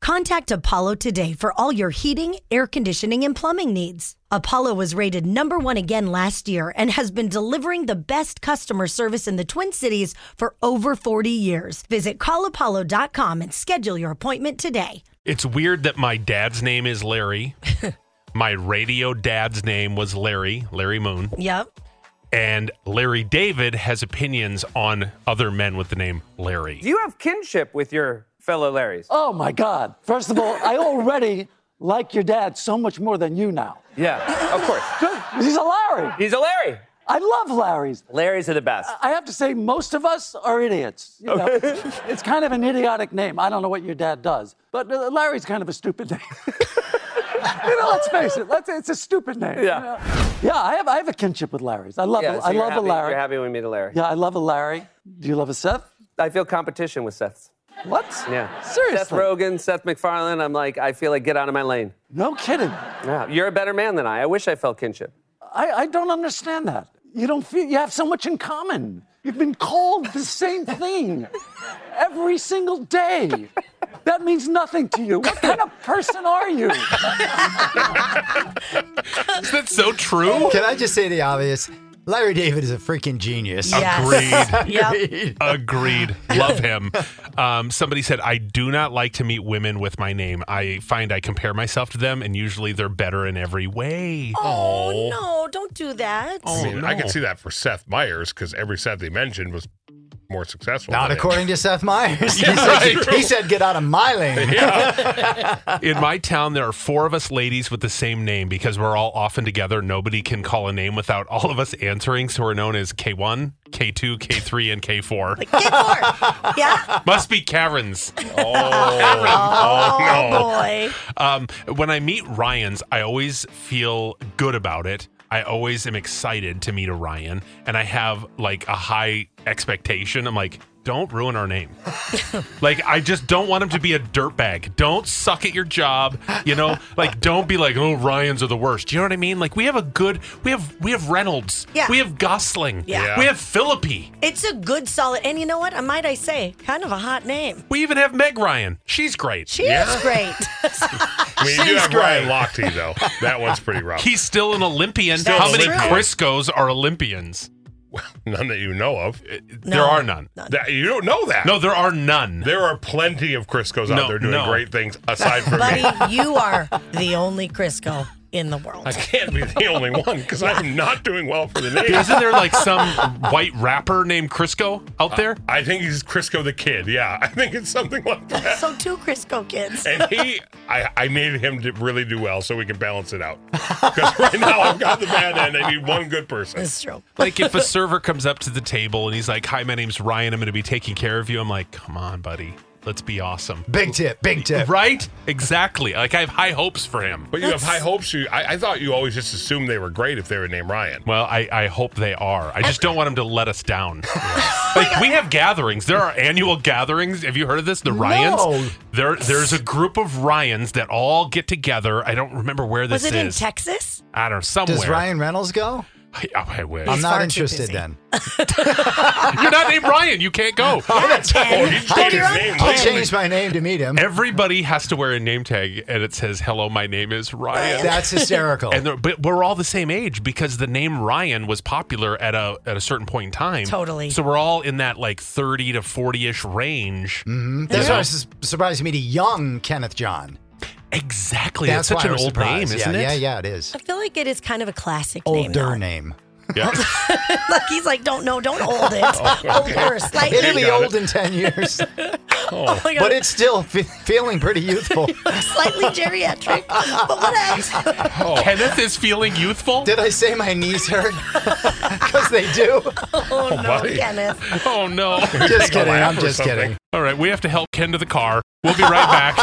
Contact Apollo today for all your heating, air conditioning, and plumbing needs. Apollo was rated number one again last year and has been delivering the best customer service in the Twin Cities for over 40 years. Visit callapollo.com and schedule your appointment today. It's weird that my dad's name is Larry. my radio dad's name was Larry, Larry Moon. Yep. And Larry David has opinions on other men with the name Larry. You have kinship with your fellow Larrys. Oh my God. First of all, I already like your dad so much more than you now. Yeah, of course. Good. He's a Larry. He's a Larry. I love Larry's. Larrys are the best. I have to say, most of us are idiots. you know. it's kind of an idiotic name. I don't know what your dad does, but uh, Larry's kind of a stupid name. you know, let's face it. Let's, it's a stupid name. Yeah. Yeah, I have, I have a kinship with Larry's. I love, Yeah, a, so I you're love happy- a Larry. You're happy when we meet a Larry. Yeah, I love a Larry. Do you love a Seth? I feel competition with Seth's. What? Yeah. Seriously? Seth Rogen, Seth MacFarlane. I'm like, I feel like get out of my lane. No kidding. Yeah, you're a better man than I. I wish I felt kinship. I, I don't understand that. You don't feel you have so much in common. You've been called the same thing every single day. That means nothing to you. What kind of person are you? Isn't that so true? Can I just say the obvious? Larry David is a freaking genius. Agreed. Oh. Yep. Agreed. Love him. Um, somebody said, I do not like to meet women with my name. I find I compare myself to them, and usually they're better in every way. Oh, no, don't do that. Oh, I mean, no. I could see that for Seth Meyers because every Seth he mentioned was more successful. Not than him. according to Seth Meyers. He, Yeah, said, true. he said, get out of my lane. In my town, there are four of us ladies with the same name because we're all often together. Nobody can call a name without all of us answering, so we're known as K1, K2, K3, and K4. Get more. Yeah. Must be Karen's. Oh, boy. Um, when I meet Ryan's, I always feel good about it. I always am excited to meet a Ryan, and I have like a high expectation. I'm like, don't ruin our name. like, I just don't want him to be a dirtbag. Don't suck at your job. You know, like, don't be like, oh, Ryan's are the worst. You know what I mean? Like, we have a good, we have, we have Reynolds. Yeah. We have Gosling. Yeah. We have Philippi. It's a good solid. And you know what? Might I say, kind of a hot name. We even have Meg Ryan. She's great. She is great. I mean, you do She's have great. Ryan Lochte though. That one's pretty rough. He's still an Olympian. Still How an many Olympian. Criscos are Olympians? None that you know of. No. There are none. That- you don't know that. No, there are none. there are plenty of Criscos No, out there doing no. great things aside from me. Buddy, you are the only Crisco in the world. I can't be the only one because I'm not doing well for the name. Isn't there like some white rapper named Crisco out there? I think he's Crisco the Kid. Yeah, I think it's something like that. So two Crisco kids. And he, I, I needed him to really do well so we can balance it out. Because right now I've got the bad end. I need one good person. It's true. Like if a server comes up to the table and he's like, "Hi, my name's Ryan. I'm going to be taking care of you." I'm like, "Come on, buddy. Let's be awesome." Big tip, big tip. Right? Exactly. Like I have high hopes for him. But you have high hopes. You, I, I thought you always just assumed they were great if they were named Ryan. Well, I, I hope they are. I just don't want him to let us down. like we have gatherings. There are annual gatherings. Have you heard of this? The Ryans. There there's a group of Ryans that all get together. I don't remember where this Was it is. in Texas? I don't know somewhere. Does Ryan Reynolds go? I, oh, I wish. I'm not far too interested busy. then. You're not named Ryan. You can't go. Oh, he just I'll, changed his name. I'll lately. change my name to meet him. Everybody has to wear a name tag, and it says, "Hello, my name is Ryan." That's hysterical. and they're- but we're all the same age because the name Ryan was popular at a at a certain point in time. Totally. So we're all in that like thirty to forty ish range. Mm. That's why I was surprised to meet a young Kenneth John. Exactly. That's That's such why I an was old surprised. name, yeah, isn't it? Yeah, yeah, it is. I feel like it is kind of a classic Oh, name. though. Older name. Like he's like, don't no, don't hold it. Older, slightly. It'll be got old in 10 years, Oh my God. but it's still fe- feeling pretty youthful. slightly geriatric. But what else? Oh. Kenneth is feeling youthful. Did I say my knees hurt? Because they do. Oh no, buddy. Kenneth. oh no. Just kidding. laugh I'm or just something. kidding. all right, we have to help Ken to the car. We'll be right back.